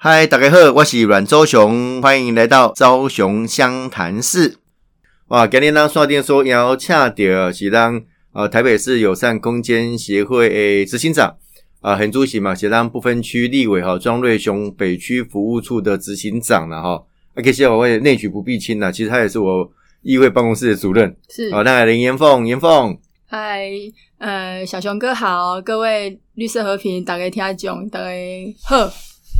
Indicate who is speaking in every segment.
Speaker 1: 嗨，大家好，我是阮周雄，欢迎来到周雄湘潭市。哇，今天咱线电说邀请到的是咱呃台北市友善空间协会的执行长啊，很主席嘛，是咱不分区立委哈庄瑞雄北区服务处的执行长了哈。啊，其实我也内举不避亲啦，其实他也是我议会办公室的主任。
Speaker 2: 是，
Speaker 1: 好、那林延凤，延凤，
Speaker 2: 嗨，呃，小熊哥好，各位绿色和平，大家听众，大家好，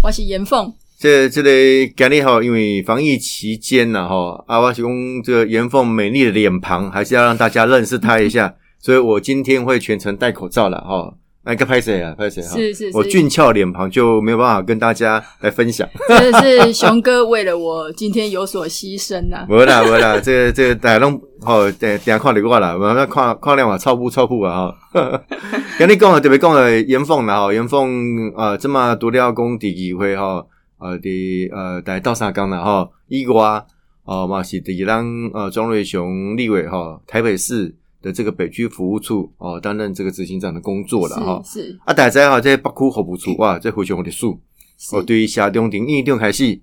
Speaker 2: 我是严凤，
Speaker 1: 这这个今日吼，因为防疫期间呐吼，啊，我是用这个严凤美丽的脸庞，还是要让大家认识她一
Speaker 2: 嗯
Speaker 1: 下，所以我今天会全程戴口罩了哈。那个拍谁啊？拍谁哈？
Speaker 2: 是是
Speaker 1: 我
Speaker 2: 是
Speaker 1: 俊俏脸庞就没有办法跟大家来分享。
Speaker 2: 真的是熊哥为了我今天有所牺牲啊呐、
Speaker 1: 没啦没啦，这个这个大家拢吼，等等下看你我啦，慢慢看看量啊，超不超不啊哈。 今日讲的特别讲的严凤啦吼，严凤呃，这么独立讲第二回吼，呃第呃在倒三江啦吼，以外哦嘛是第咱呃庄瑞雄立委吼，台北市的这个北区服务处哦担任这个执行长的工作了哈。
Speaker 2: 是是
Speaker 1: 啊，大家好，这北区服务处哇，这回想我的数。
Speaker 2: 是，
Speaker 1: 哦，对于夏中庭、应定开始，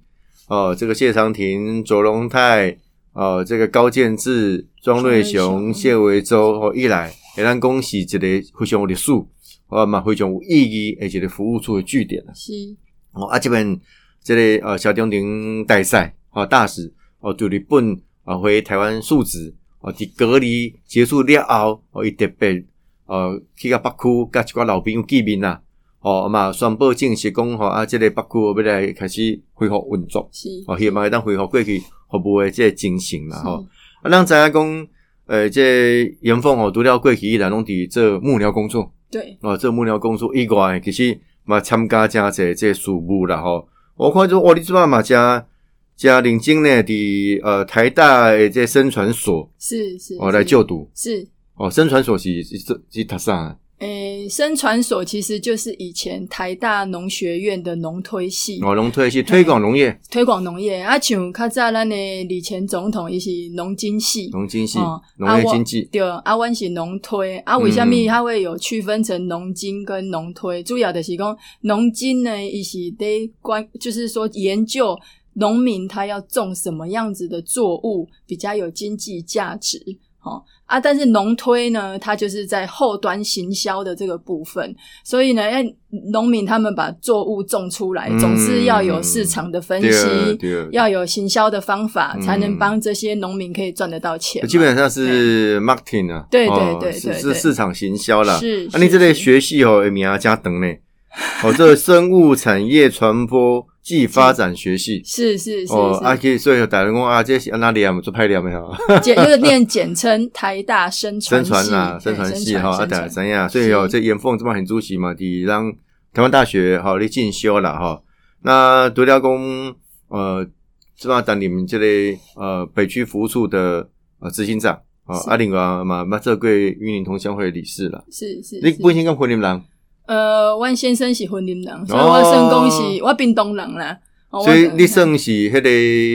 Speaker 1: 哦，这个谢长廷、卓荣泰，哦，这个高建志、庄瑞
Speaker 2: 庄
Speaker 1: 雄、
Speaker 2: 瑞雄嗯
Speaker 1: 谢维洲，哦，一来，也咱恭喜一个非常有历史，哦嘛非常有意义，而且个服务处的据点啊
Speaker 2: 是
Speaker 1: 哦，啊，这边这个呃小中庭大赛，哦，大使哦，对日本啊回台湾述职，哦，伫隔离结束了后，哦，伊特别呃去到北区，甲一寡老兵见面啦，哦嘛，宣布正式讲吼啊，这个北区要来开始恢复运作，
Speaker 2: 是，
Speaker 1: 哦，希望会当恢复过去服务的这个精神啦
Speaker 2: 是
Speaker 1: 吼、啊，咱知影讲，呃，这个严凤哦，除了过去依然拢伫做幕僚工作。
Speaker 2: 对，
Speaker 1: 哦，这幕僚工作以外，其实嘛参加真侪这事务啦吼。我看说，哦，你即摆嘛真真认真呢，伫呃台大的这生传所
Speaker 2: 是是，
Speaker 1: 哦来
Speaker 2: 是
Speaker 1: 就读
Speaker 2: 是。
Speaker 1: 哦，生传所是是是是读啥的？
Speaker 2: 诶，生传所其实就是以前台大农学院的农推系，
Speaker 1: 哦，农推是推广农业
Speaker 2: 推广农业。啊，像较早咱的李前总统伊是农经系，
Speaker 1: 农经系
Speaker 2: 哦
Speaker 1: 农业经济
Speaker 2: 啊、我对，啊，阮是农推，啊，为什么
Speaker 1: 嗯
Speaker 2: 它会有区分成农经跟农推？主要就是讲农经呢，伊是得关，就是说研究农民他要种什么样子的作物比较有经济价值。哦啊，但是农推呢，它就是在后端行销的这个部分，所以呢，哎，农民他们把作物种出来，
Speaker 1: 嗯
Speaker 2: 总是要有市场的分析，
Speaker 1: 对对，
Speaker 2: 要有行销的方法，
Speaker 1: 嗯
Speaker 2: 才能帮这些农民可以赚得到钱嘛。
Speaker 1: 基本上是 marketing 啊，
Speaker 2: 对对
Speaker 1: 哦
Speaker 2: 对对
Speaker 1: 是
Speaker 2: 对
Speaker 1: 是市场行销啦。
Speaker 2: 是，
Speaker 1: 啊，你这
Speaker 2: 是
Speaker 1: 类学系哦，的名加长呢，哦，这个生物产业传播暨发展学系。
Speaker 2: 是是是
Speaker 1: 哦，啊，
Speaker 2: 是，
Speaker 1: 可以所以有打人工啊，这是哪里啊？我们做派了没 有？
Speaker 2: 简就是念简称台大生
Speaker 1: 宣
Speaker 2: 传系
Speaker 1: 传啦，
Speaker 2: 对
Speaker 1: 宣传系哈，啊，
Speaker 2: 生
Speaker 1: 打
Speaker 2: 传
Speaker 1: 怎样？所以哦，
Speaker 2: 是
Speaker 1: 这严凤这么很主席嘛，得让台湾大学哈来进修啦哈。那独立工呃，是吧？当你们这类呃北区服务处的呃执行长哦，
Speaker 2: 是
Speaker 1: 啊，另外嘛嘛，这贵云林同乡会的理事啦。
Speaker 2: 是是，
Speaker 1: 你
Speaker 2: 是
Speaker 1: 不先跟回林郎，
Speaker 2: 呃，阮先生是婚林人，所以我算讲是我屏东人啦。哦
Speaker 1: 所以
Speaker 2: 我
Speaker 1: 你算是迄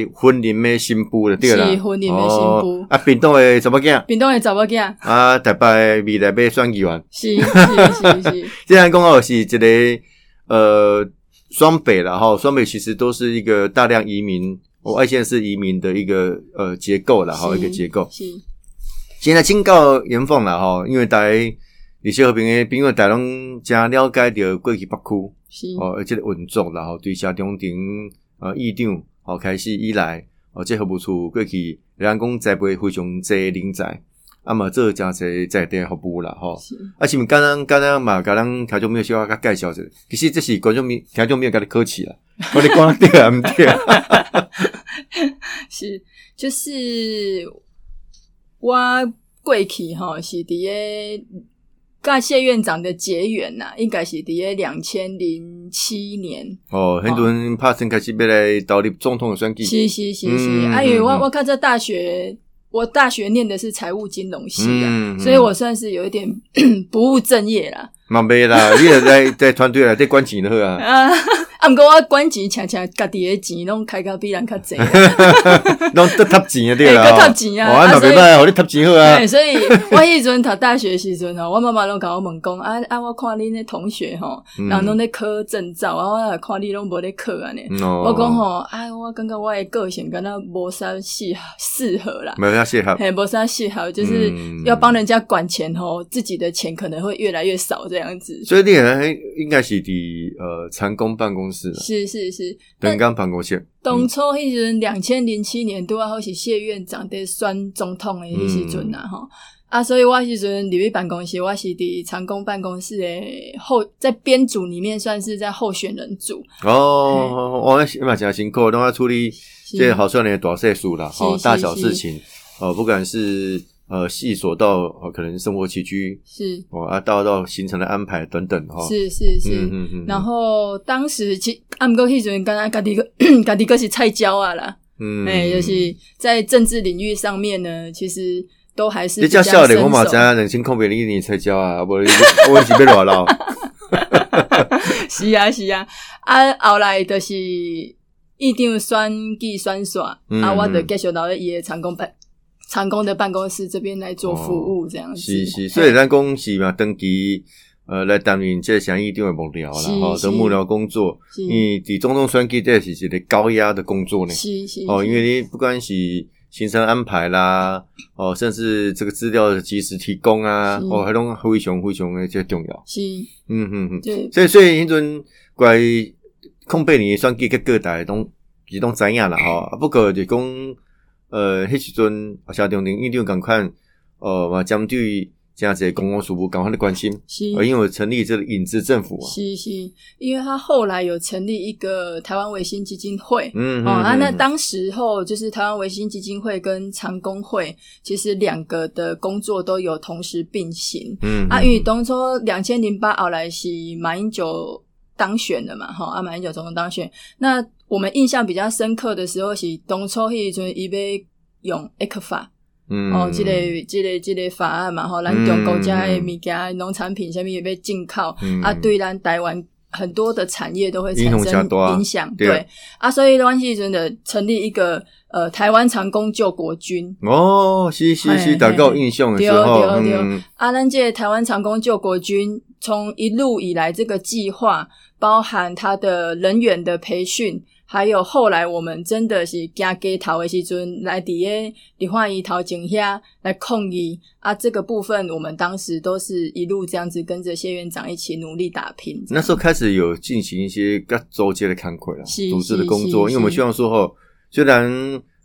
Speaker 1: 个婚林的新妇了，对啦。
Speaker 2: 是婚林的新妇
Speaker 1: 哦啊，屏东的怎么讲？
Speaker 2: 屏东的查某囝，
Speaker 1: 啊，台北未来要选议员。
Speaker 2: 是是是是，
Speaker 1: 既然讲哦，是一个呃双北啦哈，双北其实都是一个大量移民，我、哦、外县市移民的一个呃结构啦哈，
Speaker 2: 是
Speaker 1: 一个结构。
Speaker 2: 是
Speaker 1: 现在警告严凤啦哈，因为大家李些和平的朋友大家拢真了解着过去北区
Speaker 2: 是
Speaker 1: 哦，而且稳重啦吼，对哦下中庭呃议长哦开始以来哦，这服务处过去哦人家讲栽培非常侪人才，啊嘛做真侪在地服务啦吼。
Speaker 2: 是
Speaker 1: 啊，是毋刚刚刚刚嘛，刚刚听众朋友小可甲介绍者，其实这是观众朋听众朋友甲你客气啦，我咧讲对啊，毋对啊，
Speaker 2: 是，就是我过去吼是伫诶甲谢院长的结缘呐、应该是伫诶两千零七年。
Speaker 1: 哦，很多人拍算开始要来投入总统的选举，
Speaker 2: 是是是是，
Speaker 1: 嗯
Speaker 2: 啊，因为我
Speaker 1: 嗯嗯
Speaker 2: 我看这大学，我大学念的是财务金融系啊，
Speaker 1: 嗯嗯
Speaker 2: 所以我算是有一点 不务正业啦。
Speaker 1: 嘛袂啦，你也在在团队内底管钱就好啊，
Speaker 2: 啊啊，毋过我管钱，恰恰家己诶钱拢开甲比人较济。
Speaker 1: 拢得贴钱的 对啦
Speaker 2: 嘿
Speaker 1: 吼，
Speaker 2: 搁贴钱啊
Speaker 1: 哦，
Speaker 2: 啊
Speaker 1: 那
Speaker 2: 所以
Speaker 1: 袂歹，互你贴钱好啊
Speaker 2: 对，。哎所以我迄阵读大学的时阵哦吼，我妈妈拢甲我问讲，啊啊，我看恁的同学吼，
Speaker 1: 嗯
Speaker 2: 人拢咧考证照，啊，我也看你拢无咧考安尼。
Speaker 1: 嗯哦
Speaker 2: 我讲吼，啊，我感觉我的个性敢若无啥适适合啦，
Speaker 1: 没有要谢哈，
Speaker 2: 嘿，无啥适合，就是
Speaker 1: 嗯
Speaker 2: 要帮人家管钱吼，自己的钱可能会越来越少这样子。
Speaker 1: 所以你很应该是伫呃成功办公室，
Speaker 2: 是是是，
Speaker 1: 人工办公室，
Speaker 2: 当初迄时阵，两千零七年拄啊好是谢院长伫选总统的迄时阵啊
Speaker 1: 嗯
Speaker 2: 吼。啊，所以我迄时阵入去办公室，我是伫长工办公室的候，在编组里面算是在候选人组。
Speaker 1: 嗯哦，我嘛真辛苦，拢要处理
Speaker 2: 是
Speaker 1: 这好少年的大事数啦，
Speaker 2: 是
Speaker 1: 哦，
Speaker 2: 是
Speaker 1: 大小
Speaker 2: 是
Speaker 1: 事情，哦，不管是呃细所到哦可能生活起居，
Speaker 2: 是
Speaker 1: 哦啊到到行程的安排等等，哈，
Speaker 2: 是是
Speaker 1: 哦
Speaker 2: 是。
Speaker 1: 嗯嗯嗯，
Speaker 2: 然后当时其啊，毋过迄时阵，敢若家 己个家己个是菜鸟啊啦，
Speaker 1: 嗯，
Speaker 2: 哎、就是在政治领域上面呢，其实都还是
Speaker 1: 你
Speaker 2: 比较
Speaker 1: 叫笑脸，
Speaker 2: 生
Speaker 1: 我嘛
Speaker 2: 手
Speaker 1: 知影两千空白零一年才交啊， 无你我是要偌 老，
Speaker 2: 是啊，是啊，啊，后来就是一定选举选选，
Speaker 1: 嗯
Speaker 2: 啊，我就
Speaker 1: 嗯
Speaker 2: 继续留在伊的长工办长工的办公室这边来做服务，这样子。
Speaker 1: 是是，所以咱讲是嘛，登记呃来担任这详议定的幕僚
Speaker 2: 是
Speaker 1: 啦，吼，哦
Speaker 2: 是
Speaker 1: 的幕僚工作，
Speaker 2: 是
Speaker 1: 因为伫中东选举这是一个高压的工作呢，
Speaker 2: 是是
Speaker 1: 哦，
Speaker 2: 是
Speaker 1: 因为你不管是行程安排啦，哦，甚至这个资料的及时提供啊，
Speaker 2: 是
Speaker 1: 哦，还拢非常非常的这重要，
Speaker 2: 是，
Speaker 1: 嗯嗯嗯，
Speaker 2: 对，
Speaker 1: 所以所以迄阵怪控背你选举结果大家拢伊拢知影啦吼，啊不过就讲呃迄时阵小中林一定共款呃嘛针对真侪公共事务赶快的关心，
Speaker 2: 是
Speaker 1: 呃因为有成立这个影子政府啊，
Speaker 2: 是是，因为他后来有成立一个台湾维新基金会。
Speaker 1: 嗯
Speaker 2: 哦，啊，
Speaker 1: 嗯
Speaker 2: 那
Speaker 1: 嗯
Speaker 2: 当时候就是台湾维新基金会跟长工会，其实两个的工作都有同时并行。
Speaker 1: 嗯
Speaker 2: 啊，
Speaker 1: 嗯
Speaker 2: 因为当初两千零八后来是马英九当选的嘛，吼，啊，马英九总统当选。那我们印象比较深刻的时候是当初迄时阵伊要用 A 克法，
Speaker 1: 嗯
Speaker 2: 哦，即、个即、个即、个法案嘛，吼，咱中国家的物件、农产品啥物也被进口，
Speaker 1: 嗯
Speaker 2: 啊，对咱台湾。很多的产业都会产
Speaker 1: 影响
Speaker 2: 生
Speaker 1: 很大
Speaker 2: 影响，
Speaker 1: 对
Speaker 2: 对啊，所以关系真的成立一个呃台湾长工救国军，
Speaker 1: 哦，是是
Speaker 2: 嘿
Speaker 1: 是，大家有印象的时候，
Speaker 2: 对哦对对
Speaker 1: 嗯，
Speaker 2: 阿兰界台湾长工救国军从一路以来这个计划，包含它的人员的培训，还有后来我们真的是加给头的时阵来底下李焕仪头前下来控议啊，这个部分我们当时都是一路这样子跟着谢院长一起努力打拼。
Speaker 1: 那时候开始有进行一些各周接的看溃了，
Speaker 2: 是
Speaker 1: 组织的工
Speaker 2: 是
Speaker 1: 作，
Speaker 2: 是
Speaker 1: 因为我们希望说吼，虽然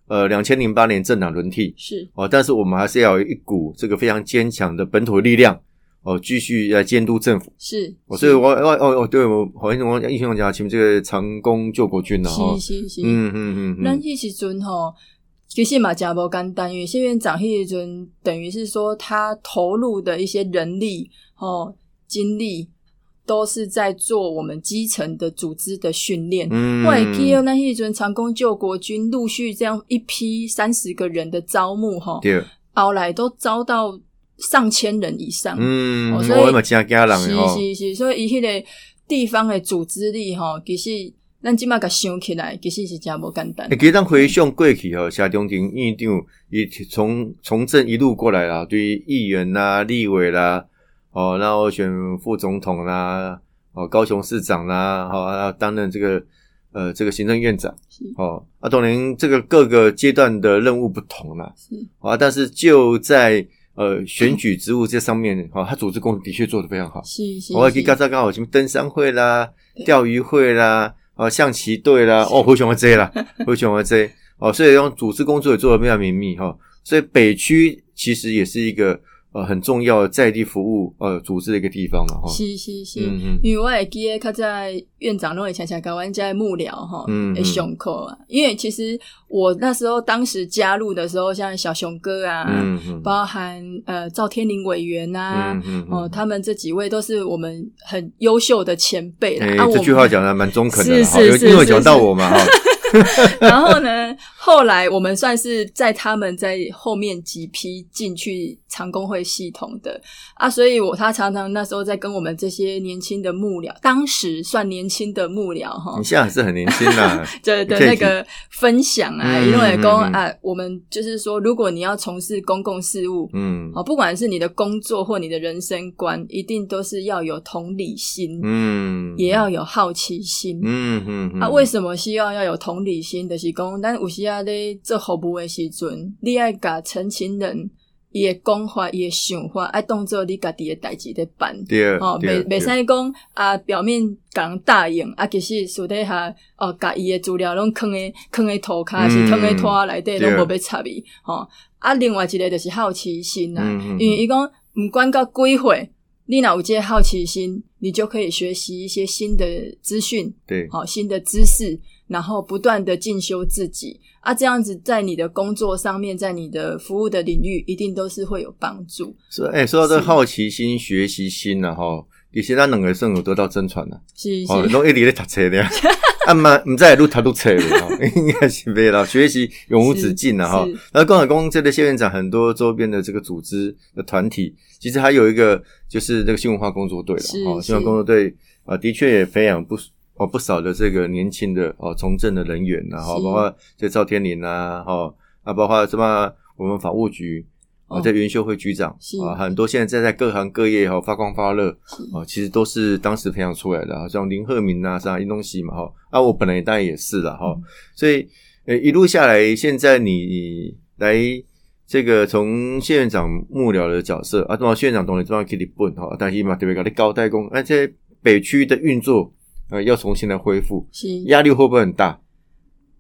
Speaker 1: 呃两千零八年政党轮替，
Speaker 2: 是
Speaker 1: 哦，但是我们还是要有一股这个非常坚强的本土力量哦，继续来监督政府。
Speaker 2: 是，
Speaker 1: 哦、所以我，我哦哦，对我好像我印象讲，请这个长工救国军了哈、哦
Speaker 2: 是。是是，
Speaker 1: 嗯嗯嗯
Speaker 2: 咱
Speaker 1: 嗯，
Speaker 2: 迄时阵吼，其实嘛真无简单，因为谢院长迄时阵等于是说他投入的一些人力吼、精力，都是在做我们基层的组织的训练。
Speaker 1: 嗯
Speaker 2: 我会记得咱迄时阵长工救国军陆续这样一批三十个人的招募吼，
Speaker 1: 对，
Speaker 2: 后来都招到上千人以上。
Speaker 1: 嗯，
Speaker 2: 哦所以
Speaker 1: 我嘛真惊人的吼，
Speaker 2: 是是是，所以伊迄个地方的组织力吼，其实咱即马甲想起来，其实是真无简单
Speaker 1: 欸。其实咱回想过去吼，谢中庭院长伊从从政一路过来啦，对于议员啦、立委啦，哦，然后选副总统啦，哦，高雄市长啦，好、哦，然后担任这个呃这个行政院长
Speaker 2: 是，
Speaker 1: 哦，啊，当然这个各个阶段的任务不同啦，
Speaker 2: 是
Speaker 1: 啊，但是就在呃选举职务这上面，哦，他组织工作的确做得非常好。
Speaker 2: 是是，
Speaker 1: 我还可以
Speaker 2: 是
Speaker 1: 刚才刚好什么登山会啦
Speaker 2: 对、
Speaker 1: 钓鱼会啦、哦象棋队啦，哦灰熊的 J 啦， 灰熊的 J 哦，所以用组织工作也做得非常绵密哈、哦。所以北区其实也是一个呃很重要的在地服务呃组织的一个地方了哈、哦。
Speaker 2: 是啊是是，
Speaker 1: 嗯嗯
Speaker 2: 因为我会记得较在院长拢会常常甲阮遮幕僚吼，
Speaker 1: 嗯嗯
Speaker 2: 会上课啊。因为其实我那时候当时加入的时候，像小熊哥啊，
Speaker 1: 嗯嗯
Speaker 2: 包含呃赵天林委员啊。
Speaker 1: 嗯嗯
Speaker 2: 哦，他们这几位都是我们很优秀的前辈啦。
Speaker 1: 哎、
Speaker 2: 啊，我
Speaker 1: 这
Speaker 2: 们
Speaker 1: 句话讲的蛮中肯的啦，哦
Speaker 2: 是
Speaker 1: 哈
Speaker 2: 是
Speaker 1: 有
Speaker 2: 是
Speaker 1: 因为
Speaker 2: 是
Speaker 1: 讲到
Speaker 2: 是
Speaker 1: 我嘛哈，
Speaker 2: 然后呢，后来我们算是在他们在后面几批进去长工会系统的啊，所以我他常常那时候在跟我们这些年轻的幕僚，当时算年轻的幕僚哈
Speaker 1: 哦 你，现在还是很年轻啦，
Speaker 2: 对对，
Speaker 1: 可以
Speaker 2: 那个分享啊，
Speaker 1: 嗯
Speaker 2: 因为公
Speaker 1: 嗯嗯
Speaker 2: 啊，我们就是说，如果你要从事公共事务，
Speaker 1: 嗯
Speaker 2: 哦，不管是你的工作或你的人生观，一定都是要有同理心，
Speaker 1: 嗯，
Speaker 2: 也要有好奇心。
Speaker 1: 嗯嗯嗯
Speaker 2: 啊，为什么需要要有同理心？就是讲，咱有时啊咧做服务的时阵，你爱甲成情人伊的讲法、伊的想法，爱当做你家己的代志咧办。
Speaker 1: 对
Speaker 2: 哦，
Speaker 1: 对
Speaker 2: 袂袂
Speaker 1: 对
Speaker 2: 使讲啊，表面讲答应啊，其实私底下哦，甲伊诶资料拢囥诶囥诶涂骹，
Speaker 1: 嗯
Speaker 2: 是囥诶拖仔内底，
Speaker 1: 对
Speaker 2: 拢无要插伊吼。啊，另外一个就是好奇心啊，
Speaker 1: 嗯嗯嗯
Speaker 2: 因为伊讲毋管到几岁，你若有这个好奇心，你就可以学习一些新的资讯，
Speaker 1: 对，
Speaker 2: 好、新的知识，然后不断的进修自己啊，这样子在你的工作上面，在你的服务的领域，一定都是会有帮助。
Speaker 1: 说哎，说到这
Speaker 2: 是
Speaker 1: 个好奇心、学习心然后其实咱两个算有得到真传了，
Speaker 2: 是是，
Speaker 1: 哦，拢一直咧读册 咧。啊嘛，毋知会愈读愈册了，吼 应该是袂啦。学习永无止境啊啦，哈
Speaker 2: 是是。
Speaker 1: 然后刚才公这个谢院长很多周边的这个组织的团体，其实还有一个就是这个新文化工作队了，
Speaker 2: 是
Speaker 1: 哦，
Speaker 2: 是
Speaker 1: 新文化工作队啊，呃的确也培养不哦不少的这个年轻的哦从政的人员啦，然后
Speaker 2: 是
Speaker 1: 包括这赵天林啊，哈啊，包括什么我们法务局。啊，
Speaker 2: 哦
Speaker 1: 这袁秀慧局长
Speaker 2: 是
Speaker 1: 啊，很多现在在各行各业哈、哦、发光发热，
Speaker 2: 是
Speaker 1: 哦，其实都是当时培养出来的啊，像林鹤鸣啊，像殷东西嘛，哈、啊，我本来当然也是了哈、
Speaker 2: 嗯
Speaker 1: 所以呃，一路下来，现在你来这个从谢院长幕僚的角色啊，当然谢院长懂得这帮 Kitty 笨哈，但是嘛特别搞的高代工，而、且北区的运作呃要重新来恢复，
Speaker 2: 是
Speaker 1: 压力会不会很大？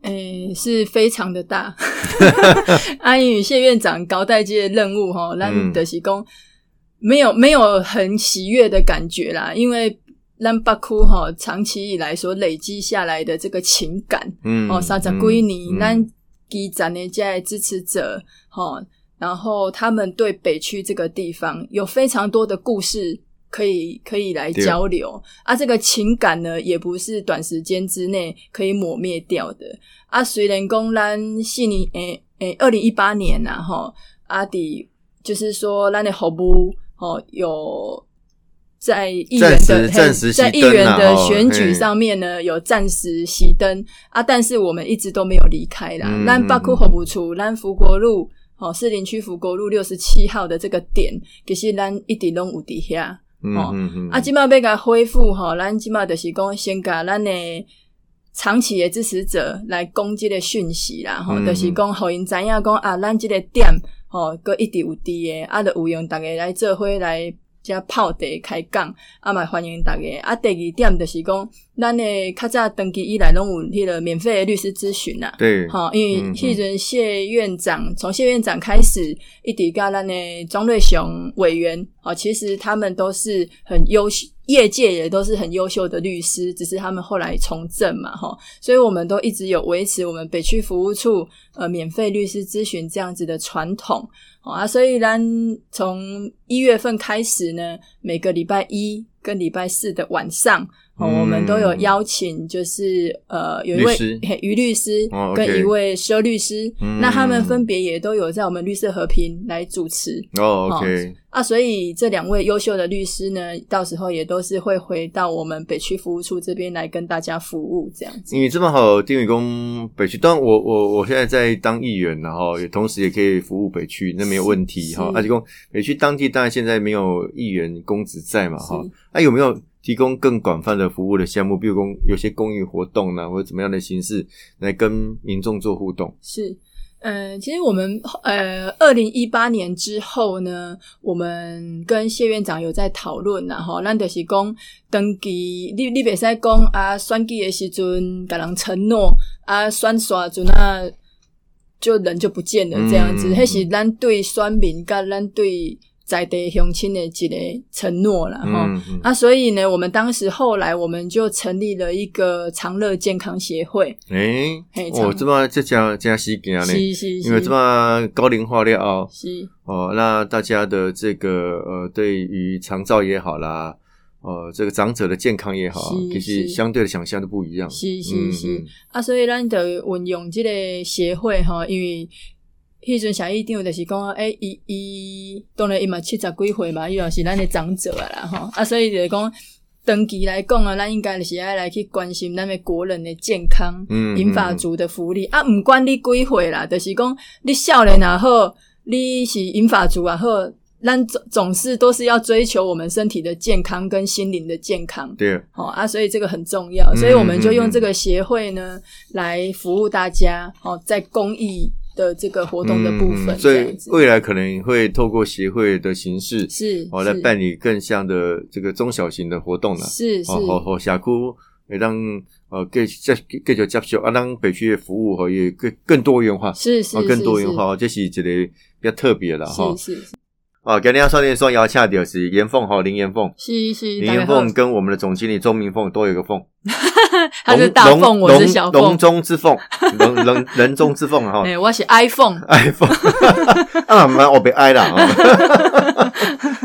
Speaker 2: 诶、是非常的大。阿英与谢院长交代这个任务吼，咱就是讲没有没有很喜悦的感觉啦，因为咱北区吼长期以来所累积下来的这个情感，
Speaker 1: 嗯，
Speaker 2: 哦，三十
Speaker 1: 嗯
Speaker 2: 几年，
Speaker 1: 嗯
Speaker 2: 咱基层的这些支持者，吼、然后他们对北区这个地方有非常多的故事可以可以来
Speaker 1: 对
Speaker 2: 交流啊，这个情感呢，也不是短时间之内可以抹灭掉的啊。虽然讲咱四年诶诶，二零一八年呐、啊，吼，阿迪就是说咱的服务吼有。在议员
Speaker 1: 暂
Speaker 2: 的
Speaker 1: 时暂时
Speaker 2: 在
Speaker 1: 熄
Speaker 2: 议
Speaker 1: 灯
Speaker 2: 员
Speaker 1: 啦
Speaker 2: 的
Speaker 1: 哦
Speaker 2: 选举
Speaker 1: 嘿
Speaker 2: 上面呢，有暂时熄灯，啊，但是我们一直都没有离开啦。
Speaker 1: 嗯
Speaker 2: 咱北区服务处，咱福国路，哦，士林区福国路六十七号的这个点，其实咱一直拢有伫遐。
Speaker 1: 嗯
Speaker 2: 哦
Speaker 1: 嗯嗯
Speaker 2: 啊，即马要甲恢复吼、咱即马就是讲先甲咱的长期的支持者来讲即个讯息啦，吼、
Speaker 1: 嗯
Speaker 2: 就是讲互因知影讲啊，咱即个点吼，搁、一直有伫的，啊，就有用逐个来做伙来遮泡茶开讲，啊，嘛欢迎逐个。啊，第二点就是讲，咱的较早长期以来拢有迄个免费的律师咨询啦。
Speaker 1: 对，
Speaker 2: 好，因为
Speaker 1: 嗯
Speaker 2: 迄阵谢院长从谢院长开始，一直到咱的庄瑞雄委员，哦，其实他们都是很优秀，业界也都是很优秀的律师，只是他们后来从政嘛，哈、所以我们都一直有维持我们北区服务处呃免费律师咨询这样子的传统，哦啊，所以咱从一月份开始呢，每个礼拜一跟礼拜四的晚上。哦，
Speaker 1: 嗯
Speaker 2: 我们都有邀请，就是呃，有一
Speaker 1: 律
Speaker 2: 位
Speaker 1: 师
Speaker 2: 嘿于律师
Speaker 1: 哦，OK
Speaker 2: 跟一位佘律师，
Speaker 1: 嗯
Speaker 2: 那他们分别也都有在我们绿色和平来主持
Speaker 1: 哦，OK，
Speaker 2: 啊，所以这两位优秀的律师呢，到时候也都是会回到我们北区服务处这边来跟大家服务这样子。
Speaker 1: 你这么好，丁宇公北区，当然我我我现在在当议员，然后也同时也可以服务北区，那没有问题
Speaker 2: 是
Speaker 1: 哈。
Speaker 2: 是
Speaker 1: 而且公北区当地当然现在没有议员公职在嘛哈
Speaker 2: 是，
Speaker 1: 那、有没有提供更广泛的服务的项目，比如公有些公益活动呢、啊或者怎么样的形式来跟民众做互动？
Speaker 2: 是，呃，其实我们呃，二零一八年之后呢，我们跟谢院长有在讨论啦，吼，咱就是讲登记，你你袂使讲啊，选举的时阵甲人承诺啊，选刷阵啊，就人就不见了这样子，
Speaker 1: 嗯
Speaker 2: 迄、是咱对选民甲咱对在地乡亲的一个承诺啦，吼、
Speaker 1: 嗯，嗯
Speaker 2: 啊，所以呢，我们当时后来我们就成立了一个长乐健康协会，
Speaker 1: 诶，
Speaker 2: 嘿
Speaker 1: 我、
Speaker 2: 长
Speaker 1: 这么这家这家西行啊呢，
Speaker 2: 是是是，
Speaker 1: 因为这么高龄化了哦，
Speaker 2: 是
Speaker 1: 哦，那大家的这个呃，对于长照也好啦，呃这个长者的健康也好啊，
Speaker 2: 是
Speaker 1: 其实
Speaker 2: 是
Speaker 1: 相对的想象都不一样。
Speaker 2: 是
Speaker 1: 嗯
Speaker 2: 是是，
Speaker 1: 嗯
Speaker 2: 啊，所以咱就运用即个协会吼，因为迄阵小议长就是讲，诶、伊伊当然伊嘛七十几岁嘛，伊也是咱的长者啊啦吼，啊，所以就是讲。长期来讲啊，咱应该就是爱来去关心咱的国人的健康，
Speaker 1: 嗯
Speaker 2: 银发族的福利啊，毋管你几岁啦，就是讲你少年也好，你是银发族也好，咱总总是都是要追求我们身体的健康跟心灵的健康。
Speaker 1: 对，
Speaker 2: 哦啊，所以这个很重要，所以我们就用
Speaker 1: 嗯
Speaker 2: 这个协会呢来服务大家哦，在公益的这个活动的部
Speaker 1: 嗯
Speaker 2: 分，
Speaker 1: 所
Speaker 2: 这
Speaker 1: 以
Speaker 2: 样子
Speaker 1: 未来可能会透过协会的形式，
Speaker 2: 是
Speaker 1: 哦，来
Speaker 2: 是
Speaker 1: 办理更像的这个中小型的活动啦。
Speaker 2: 是是
Speaker 1: 哦，好好，社区会当呃继续接继续接受啊，咱北区的服务吼也更更多元化，
Speaker 2: 是是
Speaker 1: 哦，
Speaker 2: 是
Speaker 1: 更多元化，哦这是一个比较特别啦哈
Speaker 2: 是。是是
Speaker 1: 哦，今天少年双摇恰到是严凤哈，林严凤，
Speaker 2: 是是，
Speaker 1: 林
Speaker 2: 大
Speaker 1: 严
Speaker 2: 家好
Speaker 1: 凤跟我们的总经理钟明凤都有一个凤，
Speaker 2: 他是
Speaker 1: 龙
Speaker 2: 大
Speaker 1: 龙
Speaker 2: 凤，我是
Speaker 1: 龙
Speaker 2: 小
Speaker 1: 龙
Speaker 2: 凤，
Speaker 1: 中之凤，龙人人中之 凤哈。
Speaker 2: 哎，我是 iPhone，
Speaker 1: iPhone 啊，蛮我被挨啦，哦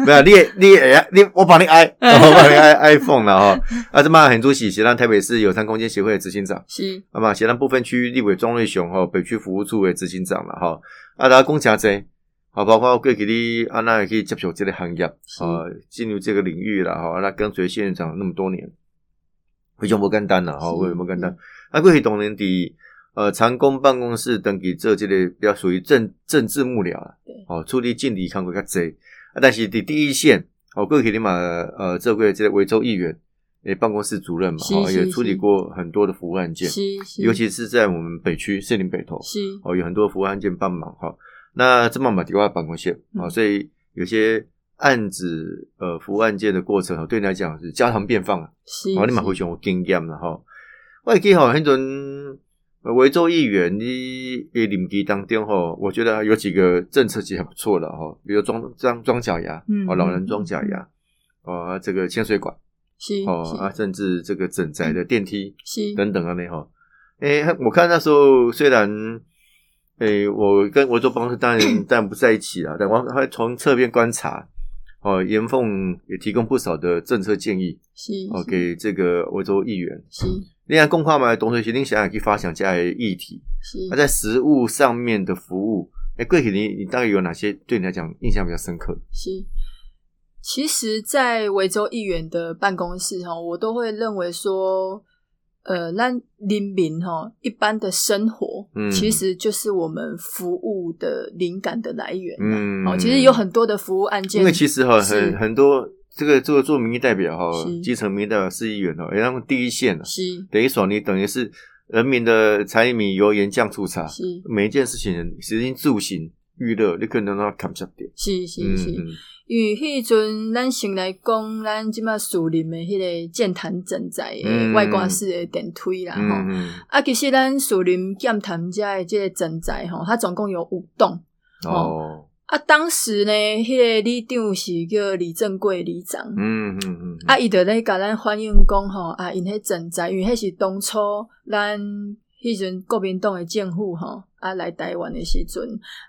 Speaker 1: 没有你也你也你我帮你 挨，我帮你挨 iPhone 了哈。啊，这嘛很主席，协商台北市友善空间协会的执行长，
Speaker 2: 是
Speaker 1: 啊嘛协商部分区立委庄瑞雄哈，北区服务处的执行长了哈。啊，大家讲诚济，好，包括过去你啊，那也可以接触这个行业
Speaker 2: 是
Speaker 1: 啊，进入这个领域了哈。那跟随县市长那么多年，非常不简单了哈，
Speaker 2: 是
Speaker 1: 为什么简单
Speaker 2: 嗯？
Speaker 1: 啊，过去当然伫呃长工办公室登记做这个比较属于政政治幕僚啦
Speaker 2: 对，
Speaker 1: 哦，处理政治工作较济，啊，但是伫第一线，哦，过去你嘛呃做过这个维州议员诶办公室主任嘛，
Speaker 2: 是
Speaker 1: 哦，
Speaker 2: 是
Speaker 1: 也处理
Speaker 2: 是
Speaker 1: 过很多的服务案件，
Speaker 2: 是是，
Speaker 1: 尤其是在我们北区士林北投，
Speaker 2: 是
Speaker 1: 哦，有很多服务案件帮忙哈、那这么嘛，迪外办公线啊、哦，
Speaker 2: 嗯
Speaker 1: 所以有些案子呃服务案件的过程哦，对你来讲是家常便饭啊。
Speaker 2: 是，
Speaker 1: 哦，你嘛
Speaker 2: 是
Speaker 1: 非常有经验啦吼。我会记吼，迄阵呃维州议员你诶任期当中吼，我觉得有几个政策其实还不错了吼，比如装装装假牙，
Speaker 2: 嗯
Speaker 1: 哦，
Speaker 2: 嗯
Speaker 1: 老人装假牙，哦，这个铅水管，
Speaker 2: 是
Speaker 1: 哦啊，甚至这个 整宅的电梯
Speaker 2: 是是
Speaker 1: 等等啊那吼。诶、我看那时候虽然，诶、我跟维州办公室当然当然不在一起啊，但我还从侧边观察，哦，严凤也提供不少的政策建议。
Speaker 2: 是
Speaker 1: 哦，给这个维州议员。
Speaker 2: 是
Speaker 1: 另外，共话嘛，董水协定想也可以发想这样的议题。啊
Speaker 2: 是
Speaker 1: 那、在实物上面的服务，哎，贵体你你大概有哪些对你来讲印象比较深刻？
Speaker 2: 是，其实，在维州议员的办公室哈，我都会认为说，呃，让人民哈一般的生活，
Speaker 1: 嗯
Speaker 2: 其实就是我们服务的灵感的来源啊。
Speaker 1: 嗯，
Speaker 2: 哦，其实有很多的服务案件，
Speaker 1: 因为其
Speaker 2: 实
Speaker 1: 实哈，
Speaker 2: 是
Speaker 1: 很很多这个做做民意代表哈
Speaker 2: 是，
Speaker 1: 基层民意代表、市议员哦，哎，他们第一线啊，
Speaker 2: 是
Speaker 1: 等于说你等于是人民的柴米油盐酱醋茶，
Speaker 2: 是
Speaker 1: 每一件事情，食衣住行、娱乐，你可能都要看下点。
Speaker 2: 是
Speaker 1: 嗯
Speaker 2: 是是，
Speaker 1: 嗯
Speaker 2: 因为迄阵咱先来讲，咱即马树林的迄个健谈整在
Speaker 1: 嗯
Speaker 2: 的外挂式的电梯啦吼。
Speaker 1: 嗯嗯，
Speaker 2: 啊，其实咱树林健谈遮的即个整在吼，它总共有五栋。
Speaker 1: 哦，
Speaker 2: 啊，当时呢，迄、个里长是叫李正贵里长，
Speaker 1: 嗯嗯嗯，
Speaker 2: 啊，伊就咧甲咱反映讲吼，啊，因迄赈灾，因为迄是当初咱迄阵国民党诶政府吼，啊来台湾诶时阵，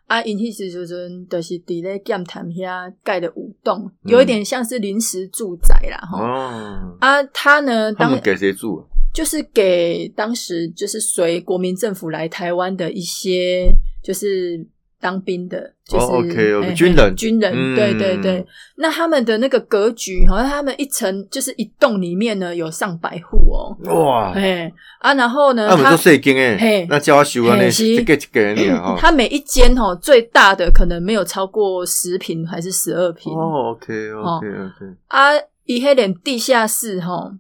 Speaker 2: 啊，因迄时阵就是伫咧剑潭遐盖的五栋，
Speaker 1: 嗯
Speaker 2: 有一点像是临时住宅啦吼。
Speaker 1: 哦，
Speaker 2: 啊，他呢，
Speaker 1: 他
Speaker 2: 当
Speaker 1: 们给谁住啊？
Speaker 2: 就是给当时就是随国民政府来台湾的一些就是当兵的，就是、哎
Speaker 1: 哦，OK，
Speaker 2: 嘿嘿
Speaker 1: 军人
Speaker 2: 军人，
Speaker 1: 嗯
Speaker 2: 对对对。那他们的那个格局，好像他们一层就是一栋里面呢有上百户哦，
Speaker 1: 哇，
Speaker 2: 哎啊，然后呢，
Speaker 1: 那我
Speaker 2: 他
Speaker 1: 说税金哎
Speaker 2: 嘿，
Speaker 1: 那叫他修啊，那
Speaker 2: 嘿是
Speaker 1: 一个一个人啊的哈。
Speaker 2: 他每一间哦最大的可能没有超过十平还是十二平
Speaker 1: 哦，OK，OK，OK，
Speaker 2: 啊，伊迄连地下室吼，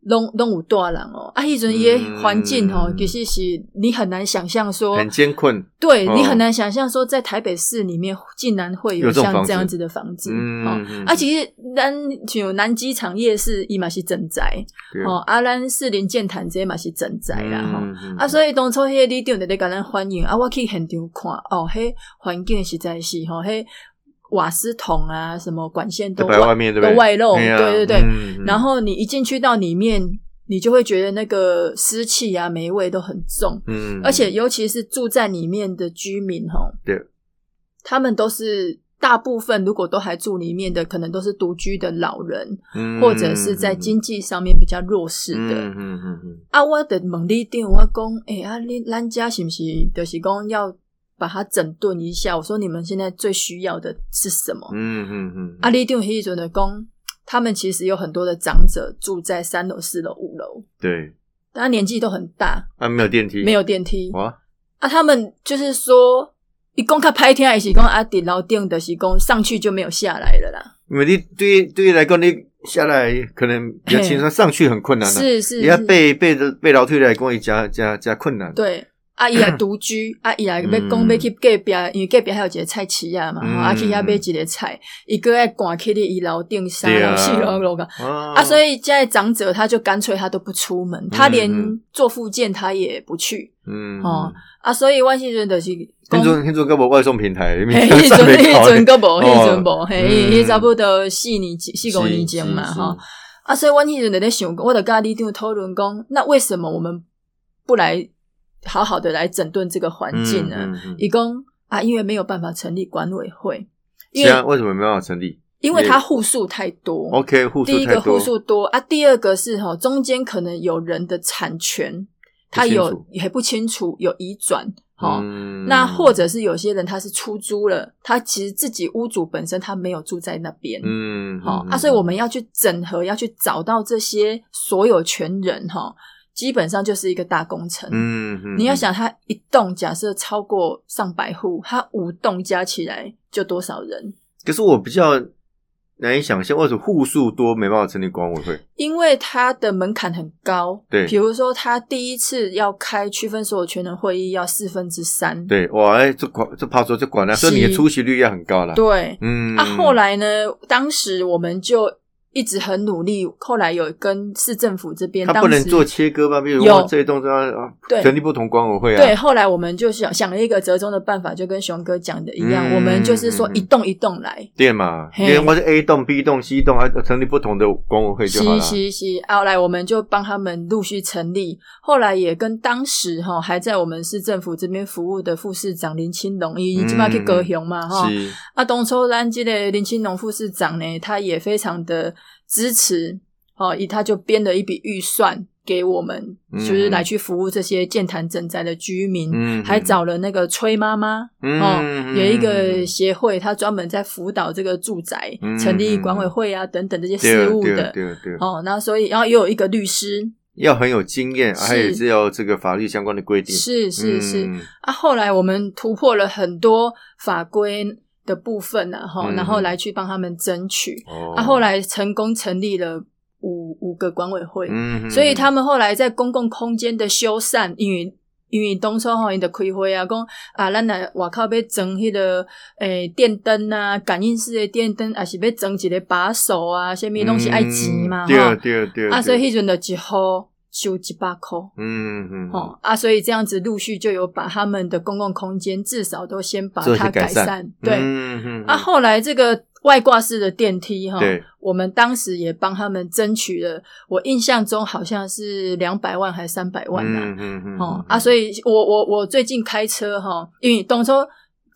Speaker 2: 拢拢有大人哦。啊，迄阵伊
Speaker 1: 嗯
Speaker 2: 环境吼，其实是你很难想象说，
Speaker 1: 很艰困，
Speaker 2: 对、
Speaker 1: 哦
Speaker 2: 你很难想象说，在台北市里面竟然会
Speaker 1: 有
Speaker 2: 有
Speaker 1: 这种
Speaker 2: 像
Speaker 1: 房
Speaker 2: 这样
Speaker 1: 子
Speaker 2: 子的房子。哦，
Speaker 1: 嗯，
Speaker 2: 啊，其实咱像南机场夜市伊嘛是整宅，
Speaker 1: 对
Speaker 2: 哦，啊，咱士林建坛这嘛是整宅啦，吼、
Speaker 1: 嗯嗯
Speaker 2: 啊，
Speaker 1: 以
Speaker 2: 所以当初迄个李长就咧甲咱反映，啊，我去现场看，哦，迄环境实在是吼，迄瓦斯桶啊，什么管线都
Speaker 1: 在外面对不对？
Speaker 2: 都外露，
Speaker 1: 呀
Speaker 2: 对对对。
Speaker 1: 嗯嗯
Speaker 2: 然后你一进去到里面，你就会觉得那个湿气啊、霉味都很重，
Speaker 1: 嗯，
Speaker 2: 而且尤其是住在里面的居民吼，
Speaker 1: 对，
Speaker 2: 他们都是大部分如果都还住里面的，可能都是独居的老人，
Speaker 1: 嗯
Speaker 2: 或者是在经济上面比较弱势的。
Speaker 1: 嗯嗯嗯嗯
Speaker 2: 啊，我的问你店，我讲，诶、啊，你咱家是不是就是讲要把它整顿一下？我说你们现在最需要的是什么？
Speaker 1: 嗯嗯嗯，
Speaker 2: 啊，你店迄阵的讲，他们其实有很多的长者住在三楼、四楼、五楼，
Speaker 1: 对，
Speaker 2: 但他年纪都很大，
Speaker 1: 啊，没有电梯，
Speaker 2: 没有电梯。
Speaker 1: 哇，
Speaker 2: 啊，他们就是说，一公较拍天还是讲啊，顶楼顶的是讲上去就没有下来了啦。
Speaker 1: 因为你对对你来讲，你下来可能比较轻松，上去很困难了，
Speaker 2: 是是
Speaker 1: 也要
Speaker 2: 是，
Speaker 1: 被被被楼梯来讲，加加加困难，
Speaker 2: 对。啊，伊也 独居，啊，伊也要讲要去隔壁，因为隔壁还有一个菜市啊嘛，吼、
Speaker 1: 嗯
Speaker 2: 啊去遐买一个菜，伊个爱赶去你伊楼顶三
Speaker 1: 对
Speaker 2: 楼
Speaker 1: 啊
Speaker 2: 四楼楼个，
Speaker 1: 啊
Speaker 2: 啊，所以现在长者他就干脆他都不出门，他连
Speaker 1: 嗯
Speaker 2: 做复健他也不去
Speaker 1: 嗯，
Speaker 2: 哦啊，所以我迄阵就是
Speaker 1: 听
Speaker 2: 讲
Speaker 1: 说听说，个无外送平台，你们
Speaker 2: 嘿，迄
Speaker 1: 上
Speaker 2: 阵
Speaker 1: 面
Speaker 2: 迄
Speaker 1: 搞
Speaker 2: 阵
Speaker 1: 的
Speaker 2: 个无，迄阵无，
Speaker 1: 嗯
Speaker 2: 嘿，迄迄差不多四年前四五年前嘛
Speaker 1: 是是
Speaker 2: 吼。啊，所以阮迄阵就咧想，我就跟李长讨论讲，那为什么我们不来好好的来整顿这个环境呢？
Speaker 1: 嗯嗯嗯
Speaker 2: 伊讲啊，因为没有办法成立管委会，因
Speaker 1: 是啊，
Speaker 2: 为
Speaker 1: 为什么没办法成立
Speaker 2: 因为它户数太多。
Speaker 1: ？OK，户数
Speaker 2: 第一
Speaker 1: 太
Speaker 2: 个
Speaker 1: 多
Speaker 2: 户，数多啊，第二个是哈，中间可能有人的产权，他
Speaker 1: 不
Speaker 2: 有
Speaker 1: 清
Speaker 2: 也不清楚，有移转哈，
Speaker 1: 嗯
Speaker 2: 那或者是有些人他是出租了，他其实自己屋主本身他没有住在那边，
Speaker 1: 嗯，
Speaker 2: 好、
Speaker 1: 嗯
Speaker 2: 啊，所以我们要去整合，要去找到这些所有权人哈、基本上就是一个大工程。
Speaker 1: 嗯，嗯
Speaker 2: 你要，想，它一栋假设超过上百户，它五栋加起来就多少人？
Speaker 1: 可是我比较难以想象，为什么户数多没办法成立管委会？
Speaker 2: 因为它的门槛很高，
Speaker 1: 对
Speaker 2: 比如说它第一次要开区分所有权人会议要四分之三，
Speaker 1: 对，哇，哎，这管这跑出这管了，所以你的
Speaker 2: 是
Speaker 1: 出席率要很高了。
Speaker 2: 对，
Speaker 1: 嗯，
Speaker 2: 啊，后来呢？当时我们就一直很努力，后来有跟市政府这边，
Speaker 1: 他
Speaker 2: 当
Speaker 1: 不能
Speaker 2: 时
Speaker 1: 做切割吧？比如
Speaker 2: 有
Speaker 1: 我这一栋这样啊
Speaker 2: 对
Speaker 1: 成立不同管委会啊。
Speaker 2: 对，后来我们就想想了一个折中的办法，就跟熊哥讲的一样，
Speaker 1: 嗯
Speaker 2: 我们就是说
Speaker 1: 嗯嗯
Speaker 2: 一栋一栋来。
Speaker 1: 对嘛，因
Speaker 2: 嘿
Speaker 1: 为我是 A 栋、B 栋、C 栋，啊，成立不同的管委会就好
Speaker 2: 是
Speaker 1: 了。
Speaker 2: 是是，啊后来我们就帮他们陆续成立，后来也跟当时哈还在我们市政府这边服务的副市长林清龙，伊即马去高雄嘛哈，
Speaker 1: 嗯是
Speaker 2: 啊，当初咱这个林清农副市长呢，他也非常的支持，哦，以他就编了一笔预算给我们，
Speaker 1: 嗯
Speaker 2: 就是来去服务这些建潭整宅的居民，
Speaker 1: 嗯
Speaker 2: 还找了那个崔妈妈，哦，有一个协会，他专门在辅导这个住宅、
Speaker 1: 嗯
Speaker 2: 成立管委会啊等等这些
Speaker 1: 对
Speaker 2: 事务
Speaker 1: 对
Speaker 2: 的。
Speaker 1: 对对，
Speaker 2: 哦，那所以，然后也有一个律师，
Speaker 1: 要很有经验，啊
Speaker 2: 是
Speaker 1: 还有是要这个法律相关的规定。
Speaker 2: 是是是，
Speaker 1: 嗯
Speaker 2: 啊，后来我们突破了很多法规的部分然、啊、后、
Speaker 1: 嗯
Speaker 2: 然后来去帮他们争取，
Speaker 1: 哦，
Speaker 2: 啊，后来成功成立了五五个管委会，
Speaker 1: 嗯，嗯
Speaker 2: 所以他们后来在公共空间的修缮，因为因为当初吼因的开会啊，讲啊，咱来外口要装迄、个诶、电灯啊，感应式的电灯，啊是要装一个把手啊，啥物拢是爱钱嘛
Speaker 1: 嗯对
Speaker 2: 吼、
Speaker 1: 对对，
Speaker 2: 啊，
Speaker 1: 对
Speaker 2: 所以迄阵的一户收一百箍。
Speaker 1: 嗯嗯，
Speaker 2: 哦啊，所以这样子陆续就有把他们的公共空间至少都先把
Speaker 1: 做一些
Speaker 2: 它
Speaker 1: 改
Speaker 2: 改
Speaker 1: 善
Speaker 2: 对，
Speaker 1: 嗯嗯
Speaker 2: 啊，后来这个外挂式的电梯哈，
Speaker 1: 对
Speaker 2: 我们当时也帮他们争取了，我印象中好像是两百万还是三百万呐、
Speaker 1: 嗯嗯嗯
Speaker 2: 哦、啊，所
Speaker 1: 以
Speaker 2: 以我我我最近开车哈，因为董州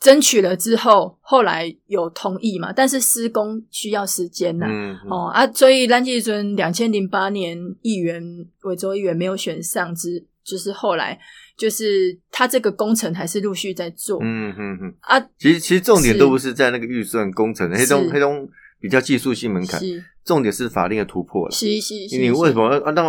Speaker 2: 争取了之后，后来有同意嘛，但是施工需要时间呐、
Speaker 1: 嗯嗯
Speaker 2: 哦啊，所以咱这阵两千零八年议员委州议员没有选上之，就是后来就是他这个工程还是陆续在做、
Speaker 1: 嗯嗯嗯，
Speaker 2: 啊，
Speaker 1: 其实其实重点
Speaker 2: 是
Speaker 1: 都不是在那个预算工程，黑东
Speaker 2: 是
Speaker 1: 黑东比较技术性门槛，
Speaker 2: 是
Speaker 1: 重点是法令的突破了。
Speaker 2: 是是是，
Speaker 1: 你为什
Speaker 2: 是
Speaker 1: 么啊？那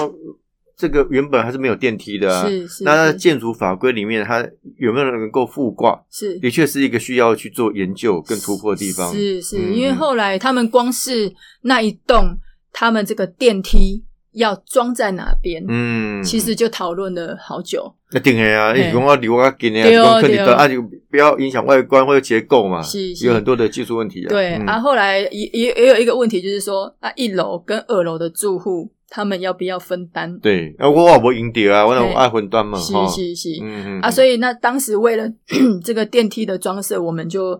Speaker 1: 这个原本还是没有电梯的啊。
Speaker 2: 是是
Speaker 1: 那
Speaker 2: 是
Speaker 1: 建筑法规里面，它有没有能够覆挂，
Speaker 2: 是
Speaker 1: 的确是一个需要去做研究跟突破的地方。
Speaker 2: 是是，
Speaker 1: 嗯
Speaker 2: 因为
Speaker 1: 嗯
Speaker 2: 后来他们光是那一栋，他们这个电梯要装在哪边，
Speaker 1: 嗯，
Speaker 2: 其实就讨论了好久。
Speaker 1: 那定的啊，
Speaker 2: 嘿
Speaker 1: 你讲我离我近的啊，
Speaker 2: 对
Speaker 1: 讲
Speaker 2: 哦
Speaker 1: 跟你
Speaker 2: 对哦
Speaker 1: 的啊，就不要影响外观或者结构嘛，
Speaker 2: 是是
Speaker 1: 有很多的技术问题啊。
Speaker 2: 对，
Speaker 1: 嗯
Speaker 2: 啊，后来也也也有一个问题，就是说啊，一楼跟二楼的住户他们要不要分担？
Speaker 1: 对，啊，我我无赢掉啊，我
Speaker 2: 嘿
Speaker 1: 有爱混蛋嘛，
Speaker 2: 是
Speaker 1: 哈，
Speaker 2: 是是，
Speaker 1: 嗯嗯
Speaker 2: 啊，所以那当时为了 这个电梯的装设，我们就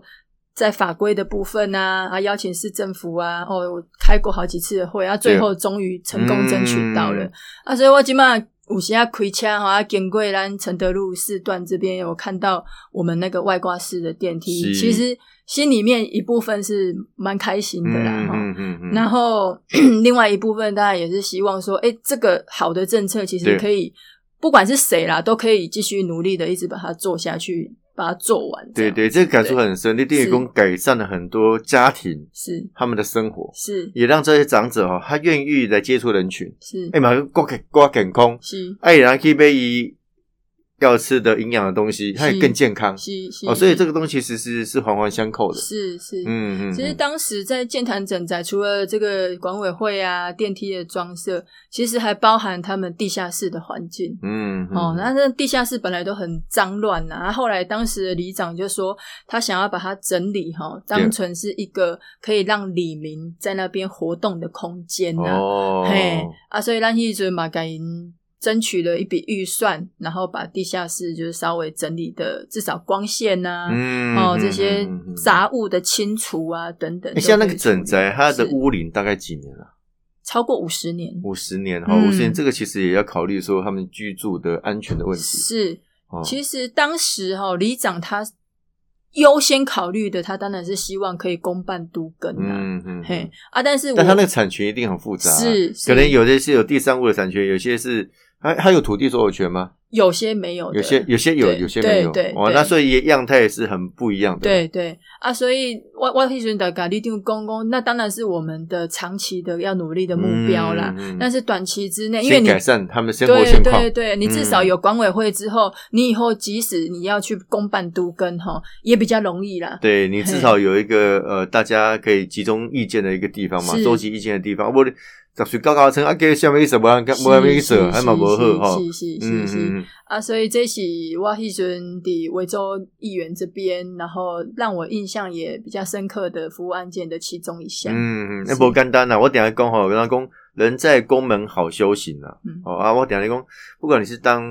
Speaker 2: 在法规的部分啊，啊邀请市政府啊，哦，我开过好几次的会，啊，最后终于成功争取到了。
Speaker 1: 嗯
Speaker 2: 啊，所以我今嘛有时啊开车哈，啊经过咱承德路四段这边，有看到我们那个外挂式的电梯，
Speaker 1: 是
Speaker 2: 其实心里面一部分是蛮开心的啦哈。
Speaker 1: 嗯嗯嗯，
Speaker 2: 然后 另外一部分当然也是希望说，哎，这个好的政策其
Speaker 1: 对
Speaker 2: 实可以，不管是谁啦，都可以继续努力的，一直把它做下去，把它做完。这
Speaker 1: 对
Speaker 2: 样，
Speaker 1: 对，这个感触很深。你电影
Speaker 2: 是
Speaker 1: 工改善了很多家庭
Speaker 2: 是
Speaker 1: 他们的生活，
Speaker 2: 是
Speaker 1: 也让这些长者哦，他愿意来接触人群。
Speaker 2: 是
Speaker 1: 哎嘛，挂给挂健康，
Speaker 2: 是
Speaker 1: 哎，然后可以被一要吃的营养的东西，它也
Speaker 2: 是
Speaker 1: 更健康
Speaker 2: 是是
Speaker 1: 哦。所以这个东西其实是环环相扣的。
Speaker 2: 是是
Speaker 1: 嗯嗯，
Speaker 2: 其实
Speaker 1: 嗯
Speaker 2: 当时在建潭整宅，除了这个管委会啊、电梯的装设，其实还包含他们地下室的环境。
Speaker 1: 嗯嗯
Speaker 2: 哦，那这地下室本来都很脏乱呐、啊，后来当时的里长就说，他想要把它整理哈、哦，当成是一个可以让李明在那边活动的空间呐、啊。
Speaker 1: 哦，
Speaker 2: 嘿啊，所以咱一直嘛，赶紧争取了一笔预算，然后把地下室就是稍微整理的，至少光线呐、
Speaker 1: 嗯
Speaker 2: 哦，这些
Speaker 1: 嗯嗯嗯嗯
Speaker 2: 杂物的清除啊，等等。
Speaker 1: 欸像那
Speaker 2: 都
Speaker 1: 个
Speaker 2: 可以处理
Speaker 1: 整宅，它的
Speaker 2: 是
Speaker 1: 屋龄大概几年了？
Speaker 2: 超过五十年，
Speaker 1: 五十年哈，
Speaker 2: 嗯
Speaker 1: 五十年这个其实也要考虑说他们居住的安全的问题。
Speaker 2: 是。啊
Speaker 1: 哦，
Speaker 2: 其实当时哈、里长他优先考虑的，他当然是希望可以公办都更啊，
Speaker 1: 嗯嗯，
Speaker 2: 嘿
Speaker 1: 嗯
Speaker 2: 啊，但是我
Speaker 1: 但它那个产权一定很复杂啊，
Speaker 2: 是是
Speaker 1: 可能有些是有第三物的产权，有些是它它有土地所有权吗？
Speaker 2: 有些没有的，
Speaker 1: 有些有些有，
Speaker 2: 对
Speaker 1: 有些没有。
Speaker 2: 对对
Speaker 1: 哦，
Speaker 2: 对
Speaker 1: 那所以也样态是很不一样的。，
Speaker 2: 对对啊，所以我我批准的咖喱定公公，那当然是我们的长期的要努力的目标啦。
Speaker 1: 嗯嗯嗯
Speaker 2: 但是短期之内，因为
Speaker 1: 先
Speaker 2: 你
Speaker 1: 改善他们生活
Speaker 2: 对
Speaker 1: 现况
Speaker 2: 对。对，你至少
Speaker 1: 嗯
Speaker 2: 有管委会之后，你以后即使你要去公办都跟哈，也比较容易啦。
Speaker 1: 对你至
Speaker 2: 嘿
Speaker 1: 少有一个呃，大家可以集中意见的一个地方嘛，
Speaker 2: 是
Speaker 1: 收集意见的地方。啊我杂水高高层啊，给下面一首，不然干，不然一首，还蛮不好哈。
Speaker 2: 是是
Speaker 1: 嗯
Speaker 2: 是是
Speaker 1: 嗯，嗯
Speaker 2: 啊，所以这是我迄阵伫维州议员这边，然后让我印象也比较深刻的服务案件的其中一项。
Speaker 1: 嗯，嗯，那
Speaker 2: 是
Speaker 1: 不简单啦。我等一下讲吼，人家讲人在宫门好修行啦。
Speaker 2: 嗯
Speaker 1: 哦啊，我等一下讲，不管你是当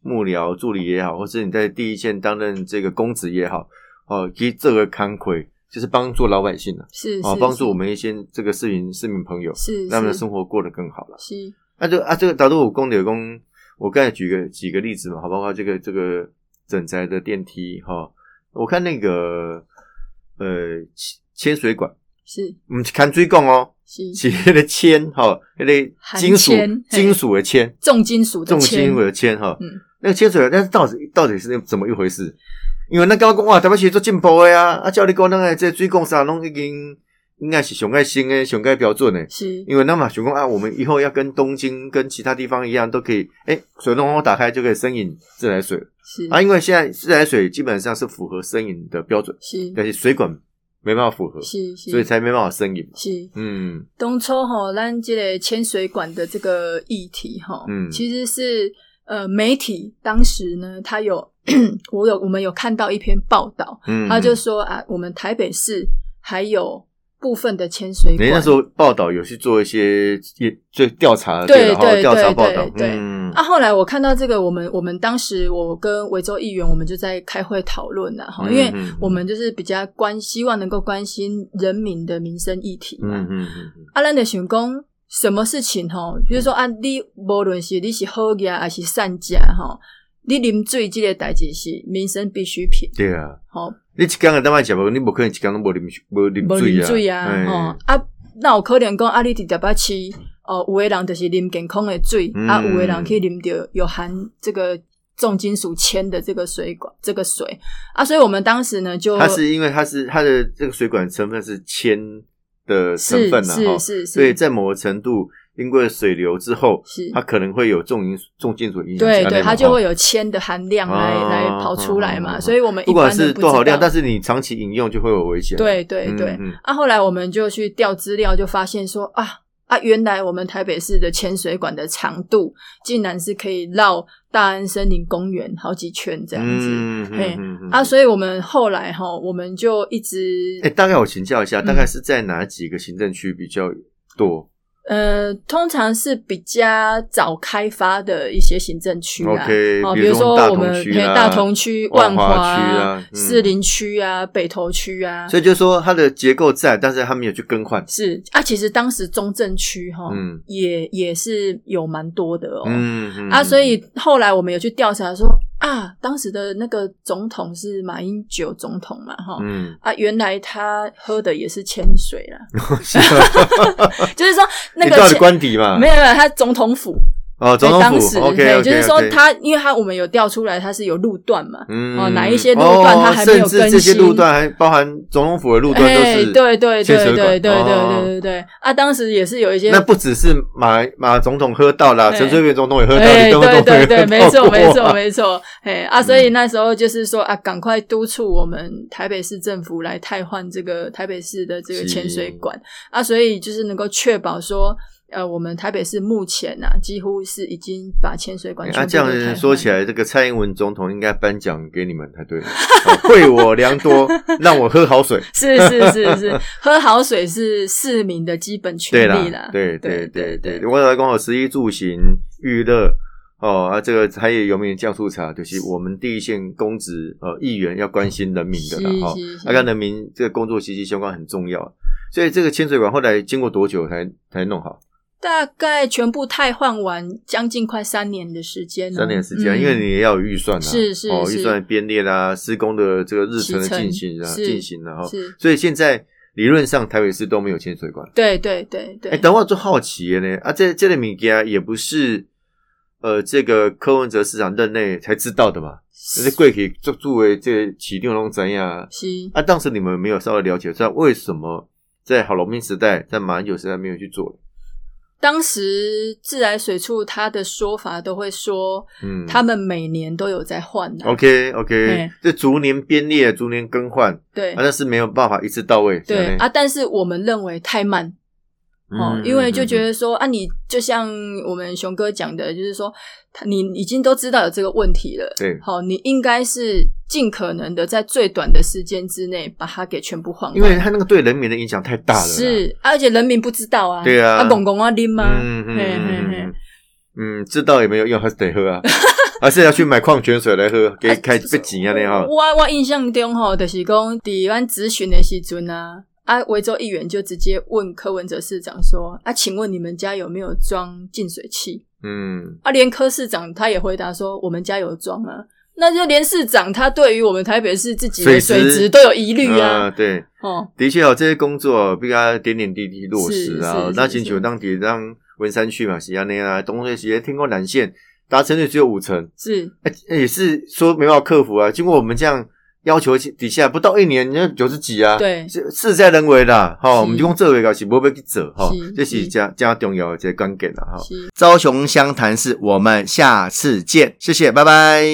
Speaker 1: 幕僚助理也好，或是你在第一线担任这个公职也好，哦，其实这个康亏就是帮助老百姓啊，
Speaker 2: 是
Speaker 1: 哦，
Speaker 2: 是
Speaker 1: 帮助
Speaker 2: 是
Speaker 1: 我们一些这个市民市民朋友，
Speaker 2: 是
Speaker 1: 让他们的
Speaker 2: 是
Speaker 1: 生活过得更好了。
Speaker 2: 是
Speaker 1: 那就啊，这个打入我公的公，我刚才举个几个例子嘛，好，包括这个这个整宅的电梯哈、我看那个呃铅铅水管，
Speaker 2: 是
Speaker 1: 嗯，看水管哦。
Speaker 2: 是
Speaker 1: 是迄个铅吼，迄、个
Speaker 2: 含
Speaker 1: 金属
Speaker 2: 铅嘿
Speaker 1: 金属的铅，
Speaker 2: 重金属的
Speaker 1: 重
Speaker 2: 铅
Speaker 1: 金属的铅哈。
Speaker 2: 嗯
Speaker 1: 那个铅水，但是到底到底是怎么一回事？因为那高工哇，台湾其实做进步的呀、啊，啊，照你讲，咱个这水工啥拢已经应该是上盖新的、上盖标准的。
Speaker 2: 是
Speaker 1: 因为那嘛，想讲啊，我们以后要跟东京、跟其他地方一样，都可以，哎、水龙头打开就可以生饮自来水
Speaker 2: 是
Speaker 1: 啊。因为现在自来水基本上是符合生饮的标准，
Speaker 2: 是
Speaker 1: 但是水管没办法符合，
Speaker 2: 是是，
Speaker 1: 所以才没办法生饮。
Speaker 2: 是
Speaker 1: 嗯
Speaker 2: 当初吼，咱这个铅水管的这个议题吼，
Speaker 1: 嗯
Speaker 2: 其实是呃媒体当时呢，他有 我有我们有看到一篇报道，
Speaker 1: 嗯，
Speaker 2: 他就说啊，我们台北市还有部分的铅水
Speaker 1: 你
Speaker 2: 管，
Speaker 1: 那时候报道有去做一些也做调查，
Speaker 2: 对
Speaker 1: 然后
Speaker 2: 对
Speaker 1: 调查
Speaker 2: 对
Speaker 1: 报
Speaker 2: 对
Speaker 1: 道，
Speaker 2: 对
Speaker 1: 嗯
Speaker 2: 啊，后来我看到这个，我们我们当时我跟维州议员，我们就在开会讨论了哈，
Speaker 1: 嗯
Speaker 2: 因为
Speaker 1: 嗯嗯
Speaker 2: 我们就是比较关，希望能够关心人民的民生议题嘛。
Speaker 1: 嗯嗯嗯，
Speaker 2: 啊，咱就想讲什么事情吼，比如说啊，你无论是你是好家还是善家吼，你啉水这个代志是民生必需品
Speaker 1: 对啊，
Speaker 2: 吼，
Speaker 1: 你一天个当卖食无，你无可能一天都无啉无
Speaker 2: 无
Speaker 1: 啉
Speaker 2: 啉
Speaker 1: 水
Speaker 2: 水
Speaker 1: 啊，
Speaker 2: 啊
Speaker 1: 哎
Speaker 2: 吼，啊，那有可能讲啊，你伫台北市哦，有诶人就是啉健康诶水，
Speaker 1: 嗯
Speaker 2: 啊，有诶人去啉着有含这个重金属铅的这个水管这个水啊，所以我们当时呢就
Speaker 1: 它是因为它是它的这个水管成分是铅的成
Speaker 2: 是
Speaker 1: 分啊，哈
Speaker 2: 是，是是，
Speaker 1: 所以在某个程度，经过水流之后，
Speaker 2: 是
Speaker 1: 它可能会有重金重金属影响，
Speaker 2: 对
Speaker 1: 这样
Speaker 2: 对，
Speaker 1: 嘛
Speaker 2: 它就
Speaker 1: 哈
Speaker 2: 会有铅的含量来、
Speaker 1: 啊
Speaker 2: 来跑出来
Speaker 1: 啊啊啊
Speaker 2: 嘛，
Speaker 1: 啊
Speaker 2: 所以我们一
Speaker 1: 不管
Speaker 2: 般人
Speaker 1: 是
Speaker 2: 不
Speaker 1: 多少
Speaker 2: 知道
Speaker 1: 量，但是你长期饮用就会有危险，
Speaker 2: 对对
Speaker 1: 嗯
Speaker 2: 对。
Speaker 1: 嗯
Speaker 2: 啊，后来我们就去调资料，就发现说啊啊，原来我们台北市的潜水管的长度竟然是可以绕大安森林公园好几圈这样子。
Speaker 1: 嗯
Speaker 2: 嘿
Speaker 1: 嗯嗯
Speaker 2: 啊，所以我们后来哈，我们就一直
Speaker 1: 哎哎、大概我请教一下，
Speaker 2: 嗯
Speaker 1: 大概是在哪几个行政区比较多？
Speaker 2: 呃，通常是比较早开发的一些行政区啊
Speaker 1: OK，
Speaker 2: 哦，
Speaker 1: 比
Speaker 2: 比
Speaker 1: 如
Speaker 2: 如
Speaker 1: 说
Speaker 2: 说
Speaker 1: 大
Speaker 2: 我
Speaker 1: 同
Speaker 2: 们
Speaker 1: 区
Speaker 2: 嘿
Speaker 1: 啦
Speaker 2: 大同区、万
Speaker 1: 万华
Speaker 2: 啊
Speaker 1: 区啊嗯
Speaker 2: 士林区啊、北投区啊，
Speaker 1: 所以就说它的结构在，但是它没有去更换。
Speaker 2: 是啊，其实当时中正区哈、
Speaker 1: 嗯
Speaker 2: 也也是有蛮多的哦。
Speaker 1: 嗯嗯
Speaker 2: 啊，所
Speaker 1: 嗯
Speaker 2: 以后来我们有去调查说啊，当时的那个总统是马英九总统嘛，哈、
Speaker 1: 嗯，
Speaker 2: 啊，原来他喝的也是铅水啦，
Speaker 1: 啊
Speaker 2: 就是说那
Speaker 1: 你
Speaker 2: 个
Speaker 1: 到底
Speaker 2: 铅
Speaker 1: 官邸嘛？
Speaker 2: 没有没有，他总统府，
Speaker 1: 哦，总
Speaker 2: 对
Speaker 1: 统
Speaker 2: 当
Speaker 1: 府
Speaker 2: 时
Speaker 1: OK，
Speaker 2: 嘿就是说他，因为他我们有调出来，他是有路段嘛，
Speaker 1: 嗯
Speaker 2: 哦哪一些路段它还没有
Speaker 1: 甚至这些
Speaker 2: 更新
Speaker 1: 路段还包含总统府的路段都
Speaker 2: 哎，
Speaker 1: 是
Speaker 2: 对对对
Speaker 1: 牵
Speaker 2: 对
Speaker 1: 涉
Speaker 2: 对
Speaker 1: 管
Speaker 2: 对对
Speaker 1: 哦
Speaker 2: 对对对，啊，当时也是有一些
Speaker 1: 那不只是马马总统喝到了，
Speaker 2: 对
Speaker 1: 陈水扁总统也喝 到，
Speaker 2: 哎，
Speaker 1: 李登辉
Speaker 2: 对
Speaker 1: 总统也
Speaker 2: 对
Speaker 1: 喝到
Speaker 2: 对，没 错
Speaker 1: 过嗯
Speaker 2: 没错没错，哎啊，所以那时候就是说啊，赶快督促我们台北市政府来汰换这个台北市的这个
Speaker 1: 是
Speaker 2: 潜水馆啊，所以就是能够确保说。呃，我们台北市目前啊，几乎是已经把潜水馆
Speaker 1: 哎
Speaker 2: 全
Speaker 1: 那
Speaker 2: 部
Speaker 1: 这
Speaker 2: 都汰
Speaker 1: 样
Speaker 2: 换。
Speaker 1: 说起来，这个蔡英文总统应该颁奖给你们才对，哦惠我良 多，让我喝好水。
Speaker 2: 是是是是，喝好水是市民的基本权
Speaker 1: 对
Speaker 2: 利
Speaker 1: 啦，对
Speaker 2: 对
Speaker 1: 对
Speaker 2: 对
Speaker 1: 对，，我来讲好食衣住行娱乐哦啊，这个还有有没有酱醋茶，就是我们第一线公职呃议员要关心人民的啦
Speaker 2: 是
Speaker 1: 哈啊
Speaker 2: 是，是
Speaker 1: 那跟人民这个工作息息相关，很重要。所以这个清水馆后来经过多久才才弄好？
Speaker 2: 大概全部汰换完，将近快三年的时间哦、
Speaker 1: 三年时间，
Speaker 2: 嗯
Speaker 1: 因为你也要有预算啊，
Speaker 2: 是是
Speaker 1: 哦，
Speaker 2: 是
Speaker 1: 预算的编列啦，施工的这个日程的
Speaker 2: 时程
Speaker 1: 进行啊，
Speaker 2: 是
Speaker 1: 进行然后，
Speaker 2: 嗯是，
Speaker 1: 所以现在理论上台北市都没有清水馆。
Speaker 2: 对对对
Speaker 1: 哎、
Speaker 2: 对，
Speaker 1: 等我就好奇了呢，啊，这这类物件也不是呃，这个柯文哲市长任内才知道的嘛，就是贵体作作为这起定龙怎样
Speaker 2: 是
Speaker 1: 啊？当时你们没有稍微了解，知道为什么在郝龙斌时代、在马英九时代没有去做？
Speaker 2: 当时自来水处他的说法都会说，
Speaker 1: 嗯，
Speaker 2: 他们每年都有在换啊的、
Speaker 1: OK OK，
Speaker 2: 哎
Speaker 1: 这逐年编列、逐年更换，啊，
Speaker 2: 对、
Speaker 1: 但是没有办法一次到位，这
Speaker 2: 对
Speaker 1: 样呢
Speaker 2: 啊，但是我们认为太慢，
Speaker 1: 嗯
Speaker 2: 哦，因为就觉得说啊，你就像我们熊哥讲的，就是说，他你已经都知道有这个问题了，
Speaker 1: 对
Speaker 2: 好、你应该是尽可能的在最短的时间之内把它给全部换完，
Speaker 1: 因为他那个对人民的影响太大了啦，
Speaker 2: 是、啊而且人民不知道啊，
Speaker 1: 对啊
Speaker 2: 啊，公公啊，拎吗？
Speaker 1: 嗯嗯
Speaker 2: 嘿嘿
Speaker 1: 嗯嗯
Speaker 2: 嘿
Speaker 1: 嗯，嗯，知道也没有用，还是得喝啊， 还是要去买矿泉水来喝，给开不紧啊那哈。
Speaker 2: 我我印象中吼，就是讲伫阮咨询的时阵啊，啊，维州议员就直接问柯文哲市长说：“啊，请问你们家有没有装净水器？”
Speaker 1: 嗯，
Speaker 2: 啊，连柯市长他也回答说，我们家有装啊。那就连市长他对于我们台北市自己的
Speaker 1: 水
Speaker 2: 水
Speaker 1: 质
Speaker 2: 质都有疑虑
Speaker 1: 呃
Speaker 2: 啊，
Speaker 1: 对，
Speaker 2: 哦，
Speaker 1: 的确哦，这些工作比较点点滴滴落实
Speaker 2: 是
Speaker 1: 啊
Speaker 2: 是。
Speaker 1: 那
Speaker 2: 是
Speaker 1: 请求
Speaker 2: 是
Speaker 1: 当地让文山区嘛，西安那啊，东水西天空缆线达成率只有五成，
Speaker 2: 是
Speaker 1: 哎、也是说没办法克服啊。经过我们这样要求底下，不到一年那九十几啊，
Speaker 2: 对
Speaker 1: 是事在人为啦。哈，
Speaker 2: 是
Speaker 1: 我们就用这为搞，是不会去做哈
Speaker 2: 是，
Speaker 1: 这是
Speaker 2: 是
Speaker 1: 加加重要的这个关键了哈。啊
Speaker 2: 是。
Speaker 1: 朝雄湘潭市，我们下次见，谢谢，拜拜。